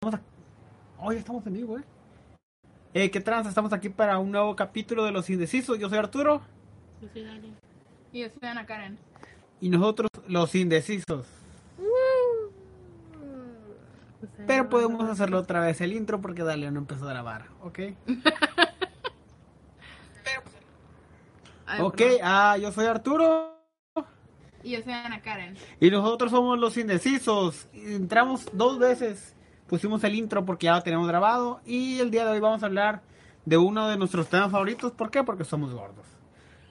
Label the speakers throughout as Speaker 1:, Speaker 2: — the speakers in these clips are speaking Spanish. Speaker 1: Estamos aquí. Hoy estamos en vivo, ¿eh? Eh, ¿Qué trans? Estamos aquí para un nuevo capítulo de Los Indecisos. Yo soy Arturo
Speaker 2: Yo soy Dani. Y yo soy Ana Karen.
Speaker 1: y nosotros Los Indecisos.
Speaker 2: Pues,
Speaker 1: Pero podemos hacerlo otra vez el intro porque Dalia no empezó a grabar, ¿ok?
Speaker 2: Ay,
Speaker 1: Ok,
Speaker 2: perdón.
Speaker 1: ah, yo soy Arturo
Speaker 2: Y yo soy Ana Karen.
Speaker 1: y nosotros somos Los Indecisos. Entramos dos veces, pusimos el intro porque ya lo tenemos grabado y el día de hoy vamos a hablar de uno de nuestros temas favoritos. ¿Por qué? Porque somos gordos.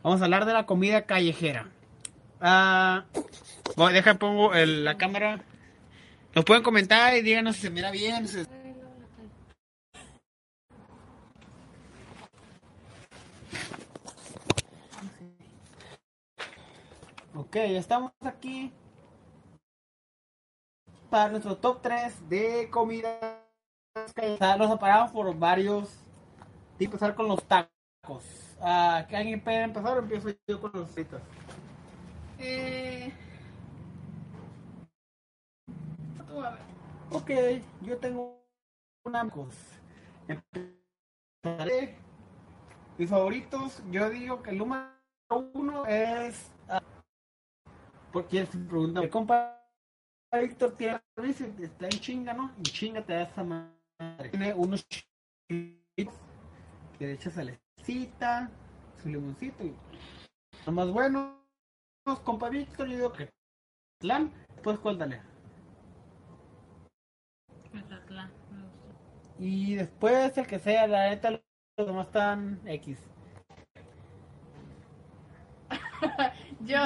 Speaker 1: Vamos a hablar de la comida callejera. Ah, voy, deja, pongo el- la cámara. Nos pueden comentar y díganos si se mira bien. si- Ok, estamos aquí para nuestro top 3 de comidas callejeras. Los separamos por varios. Y empezar con los tacos. Ah, ¿que ¿Alguien puede empezar o empiezo yo con los fritos?
Speaker 2: Eh... Tú, a ver.
Speaker 1: Ok, yo tengo una cosa. Empezaré. Mis favoritos, yo digo que el número uno es. ah, porque se pregunta, mi compa Víctor tiene dice, está en chinga, ¿no? En chinga te da esa madre. Tiene unos chips que le echas salecita, su limoncito y. Lo más bueno, compa Víctor, yo digo que. Plan, pues cuéntale.
Speaker 2: Mazatlán, me gustó.
Speaker 1: Y después el que sea, la neta, los demás están X.
Speaker 2: Yo,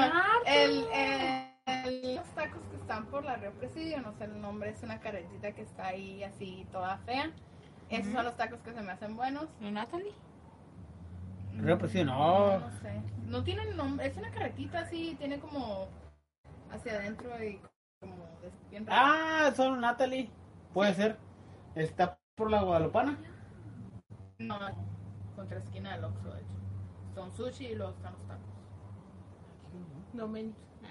Speaker 2: el, el- los tacos que están por la Río Presidio, no sé el nombre, es una carretita que está ahí así toda fea. Esos son los tacos que se me hacen buenos.
Speaker 3: ¿No, Natalie?
Speaker 1: Río Presidio, no.
Speaker 2: No sé. No tiene nombre, es una carretita así, tiene como hacia adentro y como de- bien raro.
Speaker 1: Ah, son Natalie. Puede ser. Está por la Guadalupana.
Speaker 2: No, contra esquina del Oxxo, de hecho. Son sushi y luego están los tacos.
Speaker 3: No me.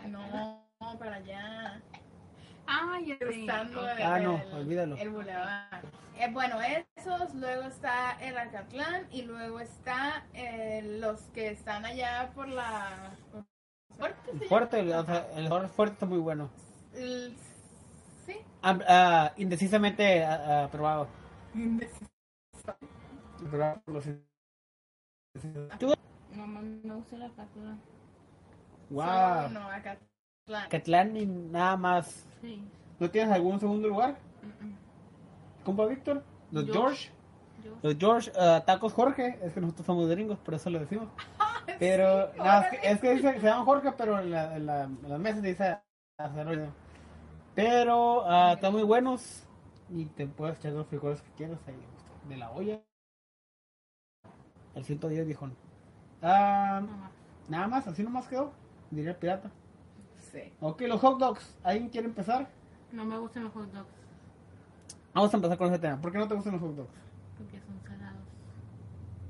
Speaker 2: No, no, para allá.
Speaker 3: Ah, ya sé.
Speaker 2: Cruzando el,
Speaker 1: Ah, no, olvídalo.
Speaker 2: el bulevar. Eh, bueno, esos, luego está el Alcatlán y luego está eh, los que están allá por la... ¿Fuerte?
Speaker 1: El
Speaker 2: se
Speaker 1: fuerte,
Speaker 2: llama?
Speaker 1: o sea, el horno fuerte está muy bueno.
Speaker 2: El- Sí,
Speaker 1: Ah, ah, indecisamente ah, ah, aprobado. Aprobado por los indecisos. Tú-
Speaker 3: No, mami, me gusta la captura.
Speaker 1: Wow.
Speaker 2: No, Alcatlán.
Speaker 1: Catlán y nada más.
Speaker 3: Sí.
Speaker 1: ¿No tienes algún segundo lugar?
Speaker 3: Mm,
Speaker 1: Compa Víctor. Los George.
Speaker 3: George. Yo.
Speaker 1: Los George, ah, tacos Jorge. Es que nosotros somos gringos, por eso lo decimos. Pero
Speaker 2: Sí,
Speaker 1: no, es,
Speaker 2: órale.
Speaker 1: que, es que dice que se llama Jorge, pero en la, en la, en las mesas dice Azarorio. Pero ah, están muy buenos y te puedes echar los frijoles que quieras ahí de la olla. El 110 dijo. Ah,
Speaker 3: Ajá.
Speaker 1: nada más, así nomás quedó, diría el pirata.
Speaker 2: Sí.
Speaker 1: Ok, los hot dogs, ¿alguien quiere empezar?
Speaker 3: No me gustan los hot dogs
Speaker 1: Vamos a empezar con ese tema. ¿Por qué no te gustan los hot dogs?
Speaker 3: porque son salados.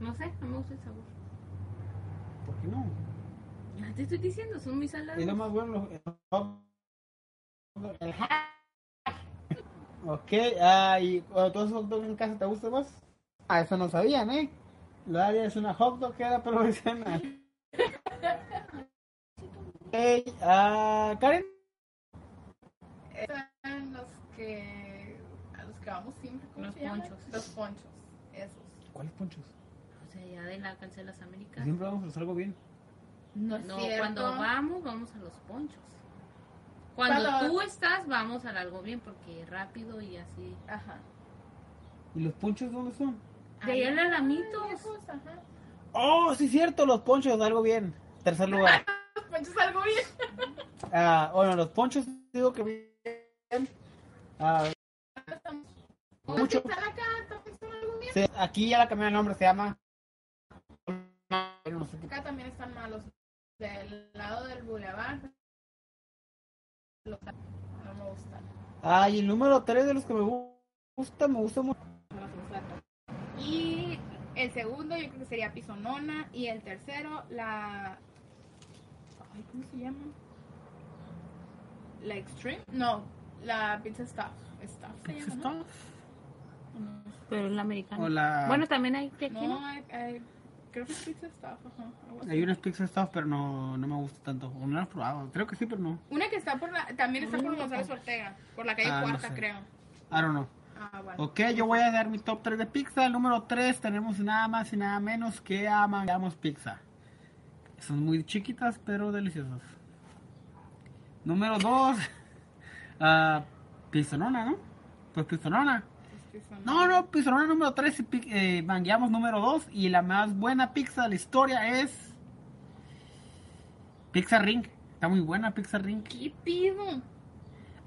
Speaker 3: No sé, no me gusta el sabor.
Speaker 1: ¿Por qué no?
Speaker 3: Ah, Te estoy diciendo, son muy salados.
Speaker 1: Es lo más bueno los, los hot dogs. El hack. Ok, ah, y cuando tú haces hot dog en casa, ¿te gusta más? Ah, eso no sabían, ¿eh? La área es una hot dog que era profesional. Ok, ah, Karen.
Speaker 2: Están los que a los que vamos siempre ¿cómo
Speaker 3: Los
Speaker 2: se llaman?
Speaker 3: ponchos.
Speaker 2: los ponchos esos
Speaker 1: ¿Cuáles ponchos?
Speaker 3: O sea, ya de la cancha de las Américas.
Speaker 1: Siempre vamos a hacer algo bien.
Speaker 2: no
Speaker 3: No, cuando vamos, vamos a los ponchos. Cuando
Speaker 2: Cuando-
Speaker 3: tú estás, vamos al algo bien porque rápido y así.
Speaker 2: ajá
Speaker 1: ¿Y los ponchos dónde son?
Speaker 3: De ahí en Alamitos.
Speaker 2: Viejos, ajá.
Speaker 1: Oh, sí, cierto, los ponchos, algo bien. Tercer lugar.
Speaker 2: los ponchos algo bien
Speaker 1: Ah, bueno, los ponchos, digo que bien. Ah, Mucho.
Speaker 2: están acá también son algo bien
Speaker 1: se- aquí ya la cambiaron el nombre, se llama. No sé qué
Speaker 2: acá también están malos del lado del bulevar los no me gustan
Speaker 1: Ay, el número 3 de los que me gu- gusta, me gusta mucho.
Speaker 2: los usaron. y el segundo yo creo que sería pisonona y el tercero la ay, cómo se llama la extreme no la pizza stuff stuff se llama, ¿no?
Speaker 3: Pero es la americana.
Speaker 1: O la-
Speaker 3: Bueno, también hay que aquí,
Speaker 2: No,
Speaker 3: ¿no?
Speaker 2: hay, hay- creo que es pizza stuff. ajá, algo así.
Speaker 1: Hay unas pizza stuff, pero no, no me gusta tanto. O No las he probado. Creo que sí, pero no.
Speaker 2: Una que está por la. También está por González Ortega. Por la calle
Speaker 1: Ah, no
Speaker 2: Cuarta,
Speaker 1: sé.
Speaker 2: creo.
Speaker 1: I don't know.
Speaker 2: Ah, bueno.
Speaker 1: Ok, yo voy a dar mi top 3 de pizza. El número 3 tenemos nada más y nada menos que a Mangamos Pizza. Son muy chiquitas, pero deliciosas. Número 2, ah, Pizonona, ¿no? Pues Pizonona.
Speaker 2: Es que son-
Speaker 1: No, no, Pizonona número 3 y pi- eh, Mangueamos número 2. Y la más buena pizza de la historia es. Pizza Ring. Está muy buena Pizza Ring.
Speaker 2: ¿Qué pido?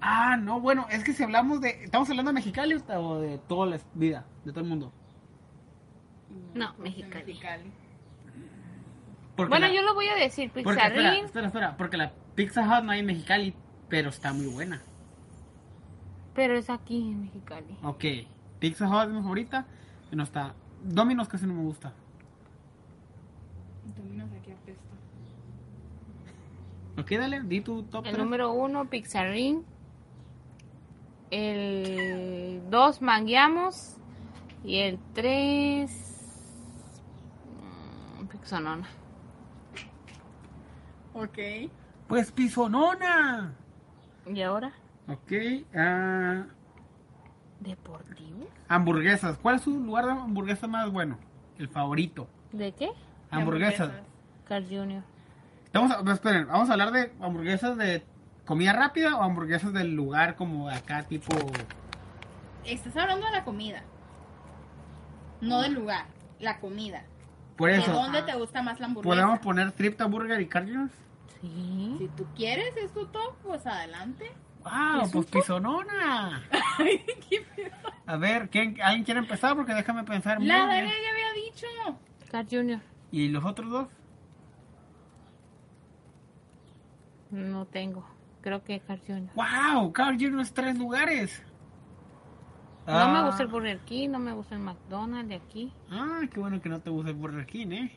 Speaker 1: Ah, no, bueno, es que si hablamos de. ¿Estamos hablando de Mexicali o de toda la vida? De todo el mundo.
Speaker 3: No,
Speaker 2: pues, de
Speaker 3: Mexicali.
Speaker 2: Mexicali.
Speaker 1: Porque
Speaker 3: Bueno,
Speaker 1: la-
Speaker 3: yo lo voy a decir. pues,
Speaker 1: porque, espera,
Speaker 3: Pizarrín.
Speaker 1: espera, espera, porque la Pizza Hut no hay en Mexicali, pero está muy buena.
Speaker 3: Pero es aquí en Mexicali.
Speaker 1: Ok, Pizza Hut es mi favorita, y no está. Domino's casi no me gusta.
Speaker 2: Dominos aquí apesta.
Speaker 1: Ok, dale, di tu top
Speaker 3: El
Speaker 1: tres.
Speaker 3: número uno, Pixarrín. El dos, Mangueamos. Y el tres, mm, Pixonona.
Speaker 2: Ok.
Speaker 1: Pues Pisonona.
Speaker 3: ¿Y ahora?
Speaker 1: Ok, ah,
Speaker 3: ¿Deportivo?
Speaker 1: hamburguesas. ¿Cuál es su lugar de hamburguesa más bueno? El favorito.
Speaker 3: ¿De qué?
Speaker 1: Hamburguesas.
Speaker 2: Hamburguesas.
Speaker 3: Carl Jr.
Speaker 1: Estamos, a- esperen, vamos a hablar de hamburguesas de comida rápida o hamburguesas del lugar como acá, tipo.
Speaker 2: Estás hablando de la comida. No del lugar. La comida.
Speaker 1: Por
Speaker 2: ¿De
Speaker 1: eso,
Speaker 2: dónde te gusta más la hamburguesa?
Speaker 1: ¿podemos poner Tripta Burger y Cardinals?
Speaker 3: Sí.
Speaker 2: Si tú quieres, es tu top, pues adelante.
Speaker 1: ¡Wow!
Speaker 3: ¿Es
Speaker 1: Pues pisonona. A ver, ¿quién, ¿alguien quiere empezar? Porque déjame pensar.
Speaker 2: La
Speaker 1: muy bien.
Speaker 2: Daria ya había dicho.
Speaker 3: Carl Jr.
Speaker 1: ¿Y los otros dos?
Speaker 3: No tengo. Creo que Carl Jr.
Speaker 1: ¡Wow! Carl Jr. es tres lugares.
Speaker 3: No me
Speaker 1: Ah.
Speaker 3: gusta el Burger King, no me gusta el McDonald's de aquí.
Speaker 1: Ah, qué bueno que no te gusta el Burger King, ¿eh?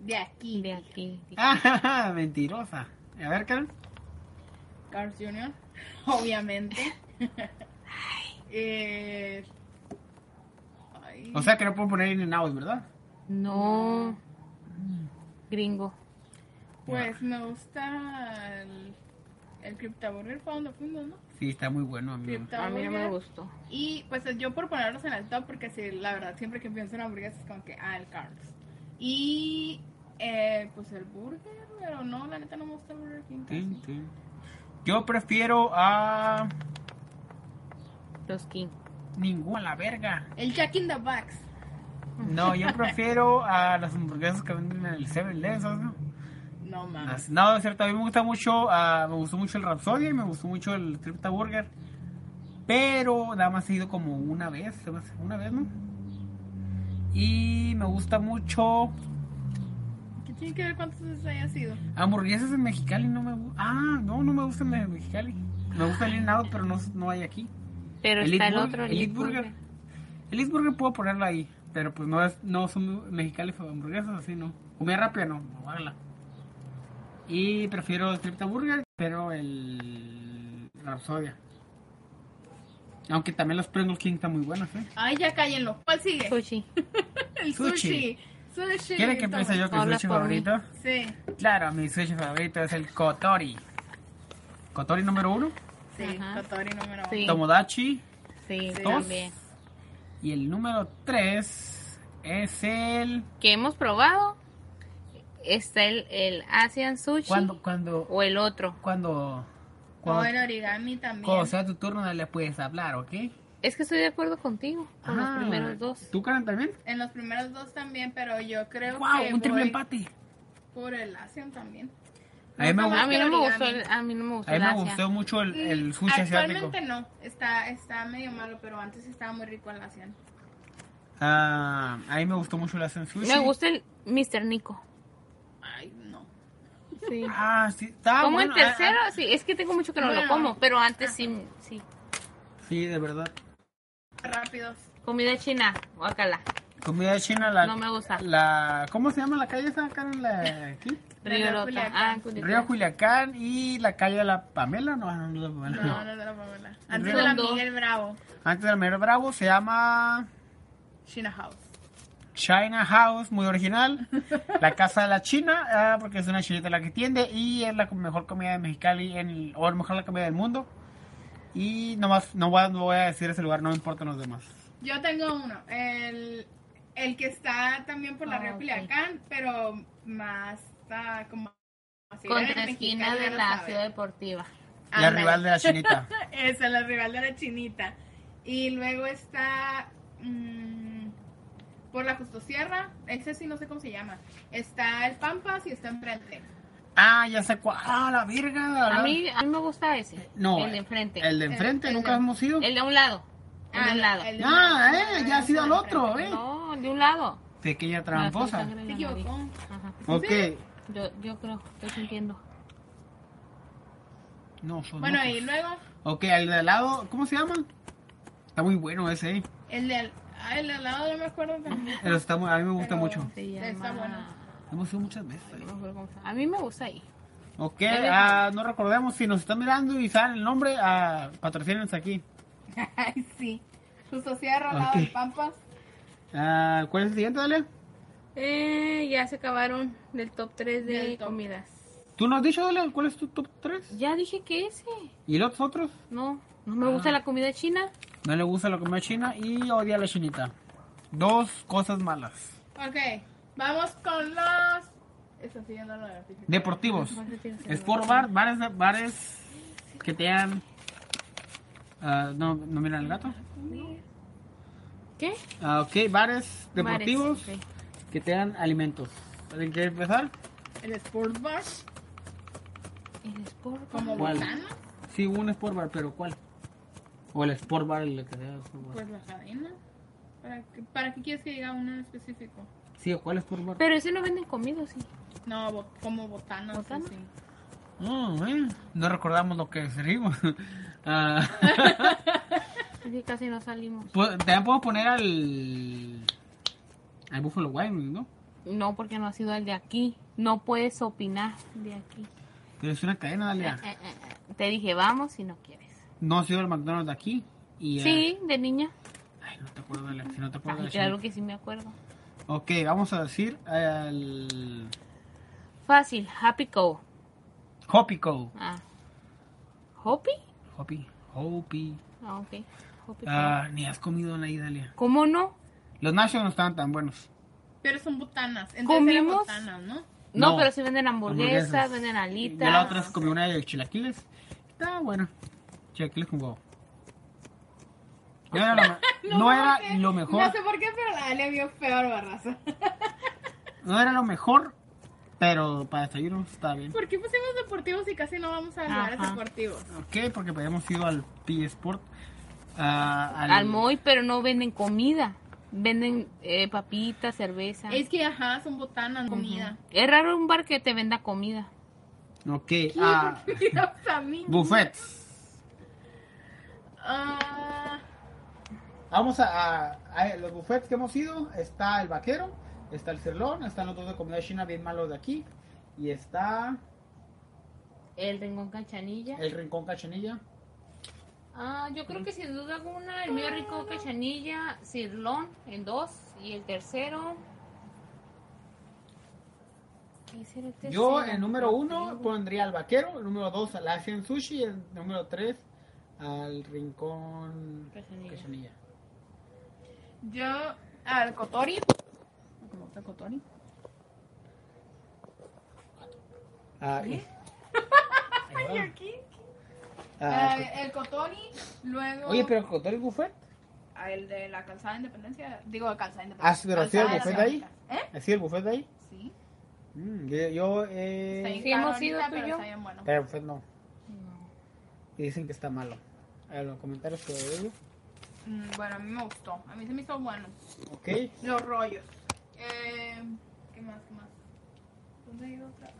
Speaker 2: De aquí.
Speaker 3: De aquí.
Speaker 1: Ah, mentirosa. A ver, Carl.
Speaker 2: Carl Jr., obviamente. Eh, ay,
Speaker 1: O sea que no puedo poner In and Out, ¿verdad?
Speaker 3: No. Mm. Gringo.
Speaker 2: pues me gusta el, el Cryptaburger, fue donde fuimos, ¿no?
Speaker 1: Sí, está muy bueno, amigo.
Speaker 2: Cryptaburger.
Speaker 3: A mí no me gustó.
Speaker 2: Y pues yo por ponerlos en el top, porque sí, la verdad, siempre que pienso en hamburguesas es como que, ah, el Carl's. Y eh, pues el burger, pero no, la neta no me gusta el Burger King. casi.
Speaker 1: Tin, tin. Yo prefiero a
Speaker 3: Los King.
Speaker 1: ninguna la verga.
Speaker 2: El Jack in the Box.
Speaker 1: No, yo prefiero a las hamburguesas que venden en el 7-Eleven, ¿sabes? no?
Speaker 2: No
Speaker 1: Ah,
Speaker 2: mames.
Speaker 1: No, es cierto, a mí me gusta mucho, ah, me gustó mucho el Rapsodia y me gustó mucho el Tripta Burger. Pero nada más he ido como una vez, se me hace una vez, ¿no? Y me gusta mucho Ah.
Speaker 2: ¿Qué tiene que ver cuántas veces haya sido?
Speaker 1: hamburguesas en Mexicali, no me gu- Ah, no, no me gustan en Mexicali. Me gusta el In Out, pero no, no hay aquí.
Speaker 3: Pero
Speaker 1: Elite
Speaker 3: está el
Speaker 1: Burger-
Speaker 3: otro.
Speaker 1: Elite Burger. El Eastburger puedo ponerlo ahí, pero pues no es, no son Mexicali hamburguesas, así no. Comida rápida no, no guácala. Y prefiero el Tripta Burger, pero el Rapsodia. Aunque también los Pringles King están muy buenos, ¿eh?
Speaker 2: Ay, ya cállenlo. ¿Cuál sigue?
Speaker 3: Sushi.
Speaker 2: El sushi. Sushi.
Speaker 1: ¿Quieren que empiece yo con mi
Speaker 3: Habla
Speaker 1: sushi
Speaker 3: por mí.
Speaker 1: favorito?
Speaker 2: Sí,
Speaker 1: Claro, mi sushi favorito es el Kotori. Kotori número uno,
Speaker 2: sí,
Speaker 3: Ajá.
Speaker 2: Totori número uno.
Speaker 3: Sí.
Speaker 1: Tomodachi.
Speaker 3: Sí,
Speaker 2: Dos.
Speaker 3: también.
Speaker 1: Y el número tres es el...
Speaker 3: Que hemos probado. Está el, el Asian Sushi. Oh,
Speaker 1: Cuando, cuando,
Speaker 3: O el otro.
Speaker 1: cuando...
Speaker 2: O
Speaker 1: cuando
Speaker 2: el origami también.
Speaker 1: Cuando sea tu turno, no le puedes hablar, ¿ok?
Speaker 3: Es que estoy de acuerdo contigo. Con los
Speaker 1: Ah,
Speaker 3: primeros dos.
Speaker 1: ¿Tú, Karen, también?
Speaker 2: En los primeros dos también, pero yo creo
Speaker 1: ¡Wow!
Speaker 2: que
Speaker 1: Un triple
Speaker 2: voy
Speaker 1: empate.
Speaker 2: por el Asian también.
Speaker 1: A mí me,
Speaker 2: No,
Speaker 1: gu-
Speaker 2: no,
Speaker 3: A mí no me
Speaker 2: origami.
Speaker 3: gustó el, a mí no me gustó
Speaker 1: a mí
Speaker 3: el
Speaker 1: me
Speaker 3: Asian.
Speaker 1: gustó mucho el, el sushi asiático.
Speaker 2: Actualmente no, está, está medio malo, pero antes estaba muy rico el Asian.
Speaker 1: Ah, a mí me gustó mucho el Asian sushi.
Speaker 3: Me gusta el Mr. Nico.
Speaker 2: Ay, no.
Speaker 3: Sí.
Speaker 1: Ah, sí. Está
Speaker 3: como
Speaker 1: bueno.
Speaker 3: el tercero,
Speaker 1: ah,
Speaker 3: sí, es que tengo mucho que no
Speaker 2: Bueno.
Speaker 3: lo como, pero antes sí, sí.
Speaker 1: ah, sí, de verdad.
Speaker 2: Rápidos.
Speaker 3: Comida china, guacala.
Speaker 1: Comida china, la,
Speaker 3: No me gusta.
Speaker 1: la- ¿Cómo se llama la calle esa, Karen? La, aquí?
Speaker 3: Río
Speaker 2: Río
Speaker 3: Rota. Ah,
Speaker 2: Culiacán.
Speaker 3: Culiacán.
Speaker 1: Río Culiacán y la calle La Pamela, no, no, no, no, no.
Speaker 2: No, no es de la Pamela. Antes de la
Speaker 3: Son dos.
Speaker 2: Miguel Bravo,
Speaker 1: Antes del Mero Bravo se llama
Speaker 2: China House.
Speaker 1: China House, muy original. La Casa de la China, ah, porque es una chinita la que tiende y es la mejor comida de Mexicali, en el- o a lo mejor la comida del mundo. Y nomás, no voy, a- no voy a decir ese lugar, no me importan los demás.
Speaker 2: Yo tengo uno, el, el que está también por la
Speaker 3: Ah,
Speaker 2: Río
Speaker 3: ok.
Speaker 2: Culiacán, pero más está como así,
Speaker 3: Contra
Speaker 2: en
Speaker 3: esquina
Speaker 2: Mexicali,
Speaker 3: de
Speaker 2: ya lo
Speaker 3: la
Speaker 2: sabe.
Speaker 3: ciudad deportiva.
Speaker 1: La
Speaker 2: Ándale.
Speaker 1: rival de la chinita.
Speaker 2: Esa, la rival de la chinita. Y luego está mm, por la Justo Sierra, ese sí no sé cómo se llama. Está el Pampas y está enfrente.
Speaker 1: Ah, ya sé cuál. Ah, la verga.
Speaker 3: A
Speaker 1: la-
Speaker 3: mí, a mí me gusta ese.
Speaker 1: No, eh,
Speaker 3: El de enfrente.
Speaker 1: El de enfrente,
Speaker 2: El- el
Speaker 1: nunca
Speaker 2: de-
Speaker 1: hemos ido.
Speaker 3: El de un lado. El de un lado.
Speaker 2: el de un
Speaker 1: Ah,
Speaker 2: lado.
Speaker 1: eh, ya ha sido al
Speaker 2: enfrente.
Speaker 1: otro, eh.
Speaker 3: No, el de un lado.
Speaker 1: Pequeña
Speaker 3: Ah,
Speaker 1: tramposa.
Speaker 3: sangre en
Speaker 2: Se
Speaker 3: la
Speaker 2: equivocó.
Speaker 3: nariz. Ajá.
Speaker 1: Ok.
Speaker 3: Yo, yo creo, estoy sintiendo.
Speaker 1: No, son
Speaker 2: Bueno,
Speaker 1: locos.
Speaker 2: y luego
Speaker 1: Ok, el de al lado, ¿cómo se llama? Está muy bueno ese, eh.
Speaker 2: el del, ah, el del lado, no me acuerdo también.
Speaker 1: Pero está muy- a mí me gusta
Speaker 2: Pero-
Speaker 1: mucho.
Speaker 3: Se
Speaker 2: Está
Speaker 3: llama-
Speaker 2: bueno.
Speaker 1: Hemos ido muchas veces.
Speaker 3: no me acuerdo cómo se llama. A mí me gusta ahí.
Speaker 1: Ok,
Speaker 3: Eres-
Speaker 1: ah, no recordemos si nos están mirando y saben el nombre, ah, patrocínenos aquí.
Speaker 2: Ay, sí. Justo Sierra, al lado
Speaker 1: Ok.
Speaker 2: del Pampas.
Speaker 1: Ah, ¿Cuál es el siguiente, Dale?
Speaker 3: Eh, ya se acabaron del top 3 de
Speaker 2: Del top.
Speaker 3: comidas.
Speaker 1: ¿Tú nos has dicho, Dale, cuál es tu top 3?
Speaker 3: Ya dije que ese.
Speaker 1: ¿Y los otros?
Speaker 3: No, no me gusta la comida china.
Speaker 1: No le gusta la comida china y odia a la chinita. Dos cosas malas.
Speaker 2: Ok, vamos con los. Está siguiendo lo de artificial.
Speaker 1: Deportivos. Sport bar, bares, de- bares que te dan... ah, no, no miran el gato.
Speaker 3: ¿Qué?
Speaker 1: Ah, ok, bares deportivos
Speaker 3: Bares, ok.
Speaker 1: que te dan alimentos. ¿Alguien quiere empezar?
Speaker 2: El Sport Bar,
Speaker 3: El sport bar.
Speaker 2: como
Speaker 1: ¿Cuál?
Speaker 2: botana,
Speaker 1: Sí, un sport bar, pero ¿cuál? O el sport bar, el que te da el sport bar.
Speaker 2: pues la cadena. ¿Para qué, ¿Para qué quieres que diga uno en específico?
Speaker 1: Sí, ¿o ¿cuál es por bar?
Speaker 3: Pero ese no venden comida, sí.
Speaker 2: No, bo- como botana.
Speaker 3: ¿Botana?
Speaker 2: sí, sí.
Speaker 1: No, eh, no recordamos lo que servimos. Ah,
Speaker 3: Así casi no salimos.
Speaker 1: pues, también podemos poner al. al Buffalo Wild Wings, ¿no?
Speaker 3: No, porque no ha sido el de aquí. No puedes opinar de aquí.
Speaker 1: Pero es una cadena, Dalia.
Speaker 3: Eh, eh, eh. Te dije, vamos si no quieres.
Speaker 1: No ha sido el McDonald's de aquí. Y, eh,
Speaker 3: Sí, de niña.
Speaker 1: Ay, no te acuerdo, Dalia. Si no te acuerdas.
Speaker 3: Ay,
Speaker 1: de la
Speaker 3: claro
Speaker 1: chinita.
Speaker 3: que sí me acuerdo.
Speaker 1: Ok, vamos a decir al.
Speaker 3: Fácil, Happy Co.
Speaker 1: Hopi Co.
Speaker 3: Ah. ¿Hopi?
Speaker 1: Hopi. Hopi.
Speaker 3: Ah, ok. Hopi Co.
Speaker 1: Ah, ni has comido en ahí, Dalia.
Speaker 3: ¿Cómo no?
Speaker 1: Los nachos no estaban tan buenos.
Speaker 2: Pero son botanas. Entonces
Speaker 3: ¿Comimos?
Speaker 2: eran botanas, ¿no?
Speaker 3: No,
Speaker 1: No.
Speaker 3: pero sí venden hamburguesas,
Speaker 1: Hamburguesas.
Speaker 3: venden
Speaker 1: Yo la
Speaker 3: alitas.
Speaker 1: otra vez comí una de chilaquiles. Está buena. Chilaquiles con huevo. No era lo, me- no era
Speaker 2: sé-
Speaker 1: lo mejor.
Speaker 2: No sé por qué, pero la Ale vio peor barraza.
Speaker 1: No era lo mejor, pero para desayuno está bien.
Speaker 2: ¿Por qué pusimos deportivos y casi no vamos a lugares
Speaker 3: Ajá.
Speaker 2: deportivos?
Speaker 1: Ok, porque habíamos ido al P Sport. ah, al,
Speaker 3: Al Moy, pero no venden comida. Venden eh, papitas, cerveza.
Speaker 2: Es que, ajá, son botanas, comida.
Speaker 3: Es raro un bar que te venda comida.
Speaker 1: Ok, a
Speaker 2: Dios, a mí.
Speaker 1: buffets.
Speaker 2: Ah,
Speaker 1: Vamos a, a- a los buffets que hemos ido. Está el vaquero, está el cerlón, están los dos de comida china bien malos de aquí. Y está
Speaker 3: El Rincón Cachanilla.
Speaker 1: el rincón cachanilla.
Speaker 3: Ah, yo creo que sin duda alguna, el mío Rincón Cachanilla, Cirlón en dos y el tercero. ¿Qué será el
Speaker 1: Yo
Speaker 2: Este
Speaker 3: tercero?
Speaker 1: en número uno pues. pondría al vaquero, el número dos al Asian Sushi, el número tres al Rincón
Speaker 3: Cachanilla.
Speaker 1: Cachanilla.
Speaker 2: yo al Cotori. ¿Cómo está Cotori?
Speaker 1: Ah, y-
Speaker 2: Ay, aquí.
Speaker 1: Ah,
Speaker 2: Eh, el Cotori, luego.
Speaker 1: Oye, pero ¿contó el buffet?
Speaker 2: a El de la calzada de independencia. Digo, de calzada de
Speaker 1: Ah,
Speaker 2: independencia.
Speaker 1: sí, pero ¿sí el
Speaker 2: Calzada
Speaker 1: buffet de
Speaker 2: la
Speaker 1: ahí?
Speaker 2: Ciudadita. ¿Eh?
Speaker 1: ¿Sí el buffet de ahí?
Speaker 2: Sí.
Speaker 1: Mm, yo, yo,
Speaker 2: Está
Speaker 1: eh...
Speaker 2: bien
Speaker 3: Sí,
Speaker 2: caro
Speaker 3: hemos ido
Speaker 2: ahorita,
Speaker 3: tú y
Speaker 2: pero
Speaker 3: yo.
Speaker 2: está bien bueno.
Speaker 1: Pero el buffet no.
Speaker 3: No.
Speaker 1: Y dicen que está malo. A los comentarios que veo.
Speaker 2: Mm, Bueno, a mí me gustó. A mí se me hizo bueno.
Speaker 1: Ok.
Speaker 2: Los rollos. Eh, ¿Qué más? ¿Qué más? ¿Dónde hay otra?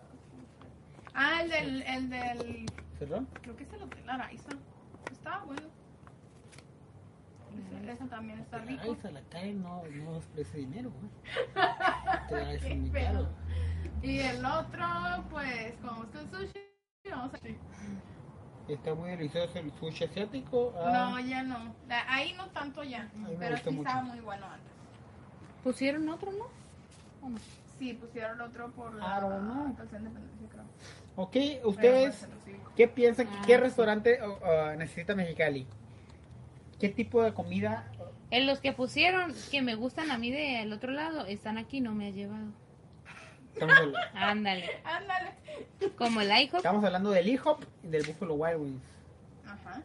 Speaker 2: Ah, el del, el del.
Speaker 1: ¿Cerró?
Speaker 2: Creo que es el Hotel Araiza. Estaba bueno. Dice, eso también está
Speaker 1: Ay,
Speaker 2: rico.
Speaker 1: se la cae, no, no ofrece dinero, güey. Te va a
Speaker 2: Qué
Speaker 1: decir muy
Speaker 2: feo.
Speaker 1: caro.
Speaker 2: Y el otro, pues, como gusta el sushi, vamos a...
Speaker 1: Está muy delicioso el sushi asiático.
Speaker 2: No,
Speaker 1: Ah,
Speaker 2: ya no. La- Ahí no tanto ya.
Speaker 1: mí me
Speaker 2: Pero
Speaker 1: gustó
Speaker 2: sí
Speaker 1: mucho.
Speaker 2: estaba muy bueno antes.
Speaker 3: Pusieron otro, ¿no? ¿O no?
Speaker 2: Sí, pusieron otro por
Speaker 1: I
Speaker 2: la
Speaker 1: don't know.
Speaker 2: Plaza Independencia, creo.
Speaker 1: Ok,
Speaker 2: Pero fue el
Speaker 1: ustedes,
Speaker 2: centro cívico.
Speaker 1: ¿qué piensan?
Speaker 3: Ah,
Speaker 1: ¿Qué
Speaker 3: sí.
Speaker 1: restaurante oh, ah, necesita Mexicali? ¿Qué tipo de comida?
Speaker 3: En los que pusieron, que me gustan a mí del otro lado, están aquí, no me has llevado.
Speaker 1: Estamos hablando,
Speaker 3: Ándale.
Speaker 2: Ándale.
Speaker 3: Como el IHOP.
Speaker 1: estamos hablando del IHOP y del Buffalo Wild Wings.
Speaker 2: Ajá.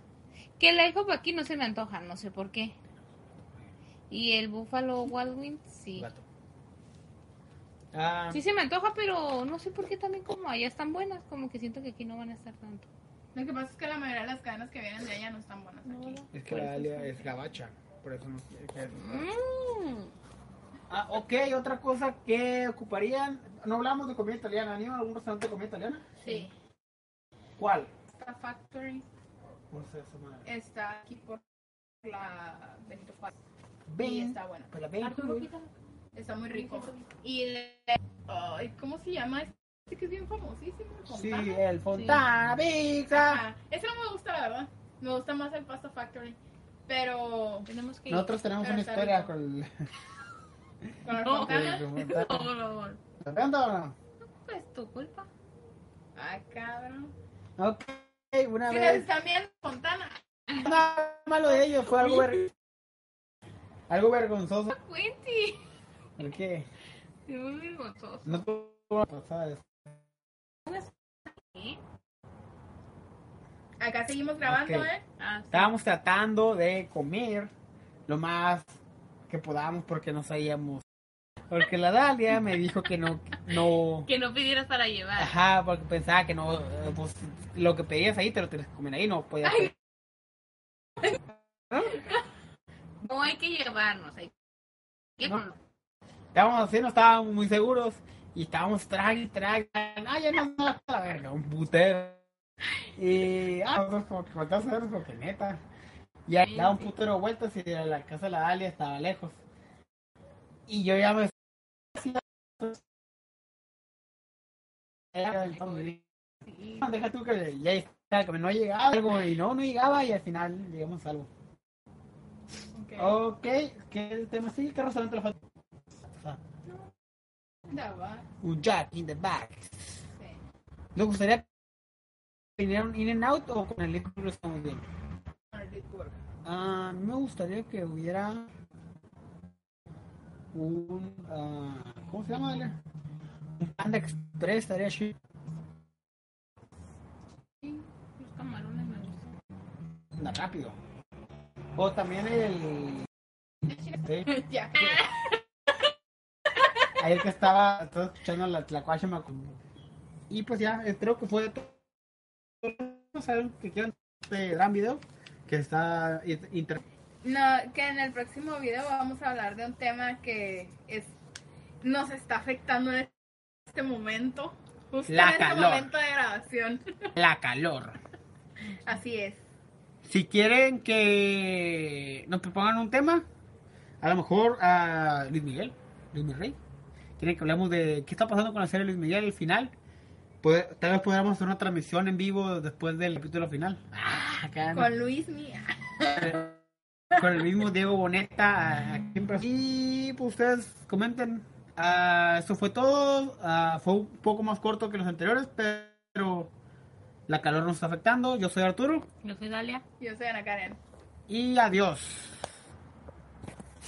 Speaker 3: Que el IHOP aquí no se me antoja, no sé por qué. Y el Buffalo Wild Wings, sí.
Speaker 1: Gato. Ah,
Speaker 3: Sí se me antoja, pero no sé por qué también como allá están buenas, como que siento que aquí no van a estar tanto.
Speaker 2: Lo que pasa es que la mayoría de las cadenas que vienen de allá no están buenas aquí.
Speaker 1: es que la Dalia es gabacha, por eso no quiere que-
Speaker 3: Mm.
Speaker 1: Ah, ok, otra cosa que ocuparían. No hablamos de comida italiana, ¿ni algún restaurante de comida italiana?
Speaker 2: Sí.
Speaker 1: ¿Cuál?
Speaker 2: Está Factory.
Speaker 1: No sé, esa madre.
Speaker 2: Está aquí por la Benito Juárez. Y
Speaker 1: Ven,
Speaker 2: está bueno.
Speaker 1: pues la ven.
Speaker 2: Está muy rico. Y le... Ay, ¿cómo se llama? Este que es bien famosísimo. el
Speaker 1: Sí,
Speaker 2: Fontana.
Speaker 1: el Fontana Pizza.
Speaker 2: Ah, ese no me gusta, la verdad. Me gusta más el Pasta Factory. Pero
Speaker 3: Tenemos que ir.
Speaker 1: Nosotros tenemos
Speaker 2: Pero
Speaker 1: una
Speaker 2: está
Speaker 1: historia
Speaker 2: rico.
Speaker 1: con el.
Speaker 2: con el
Speaker 3: No.
Speaker 2: Fontana.
Speaker 1: ¿Te encanta o
Speaker 3: Pues tu culpa.
Speaker 2: Ay, ah, cabrón.
Speaker 1: no? Ok, una
Speaker 2: Si
Speaker 1: vez.
Speaker 2: les cambian Fontana.
Speaker 1: Nada malo de ellos, fue algo, ver- algo vergonzoso.
Speaker 3: Cuenti.
Speaker 1: ¿Por qué?
Speaker 3: Es muy vergonzoso.
Speaker 1: No tuvo pasada.
Speaker 3: ¿eh?
Speaker 2: Acá seguimos grabando,
Speaker 1: Ok.
Speaker 2: ¿eh?
Speaker 3: Ah, sí.
Speaker 1: Estábamos tratando de comer lo más que podamos porque no sabíamos. Porque la Dalia me dijo que no, no,
Speaker 3: Que no pidieras para llevar.
Speaker 1: ajá, porque pensaba que no, eh, pues, lo que pedías ahí te lo tenías que comer ahí, no podías.
Speaker 3: Ay. No hay que llevarnos. Hay que
Speaker 1: No.
Speaker 3: con-
Speaker 1: Estábamos así, no estábamos muy seguros. Y estábamos trague, y trague. Ah, ya no, no, a la verga, un putero. Y, ah, nosotros como que faltaba hacer porque neta. Y ahí daba un putero de vueltas y de la casa de la Dalia estaba lejos. Y yo ya me. Ah, Deja tú que ya está, que no llegaba algo y no, no llegaba y al final llegamos a algo.
Speaker 2: Ok.
Speaker 1: Ok, ¿qué tema sí? ¿Qué restaurante le falta?
Speaker 2: Ya va.
Speaker 1: Un Jack in the Back.
Speaker 2: Sí.
Speaker 1: ¿Nos gustaría tener un in and out o con el libro está muy bien? Ah,
Speaker 2: Con el Big Burger.
Speaker 1: A mí me gustaría que hubiera un. ah, ¿Cómo se llama? Adela? Un Panda Express estaría chido.
Speaker 3: Los camarones me gustan.
Speaker 1: Anda rápido. O también el. Sí,
Speaker 2: Ya.
Speaker 1: ayer que estaba, estaba escuchando la tlacuache me acordé. Y pues ya, eh, creo que fue todo. No saben que quieran este gran video que está in- inter-
Speaker 2: No, que en el próximo video vamos a hablar de un tema que es nos está afectando en este momento. Justo
Speaker 1: La
Speaker 2: en este
Speaker 1: calor.
Speaker 2: momento de grabación.
Speaker 1: la calor.
Speaker 2: Así es.
Speaker 1: Si quieren que nos propongan un tema, a lo mejor a Luis Miguel, Luis Miguel. Quieren que hablemos de qué está pasando con la serie Luis Miguel al final. Pues, tal vez podamos hacer una transmisión en vivo después del capítulo final. Ah, acá,
Speaker 2: Con Luis Mía.
Speaker 1: con el mismo Diego Boneta. ah, aquí en persona. Y pues ustedes comenten. Ah, eso fue todo. Ah, fue un poco más corto que los anteriores, pero la calor nos está afectando. Yo soy Arturo
Speaker 3: Yo soy Dalia.
Speaker 2: Yo soy Ana Karen.
Speaker 1: y adiós.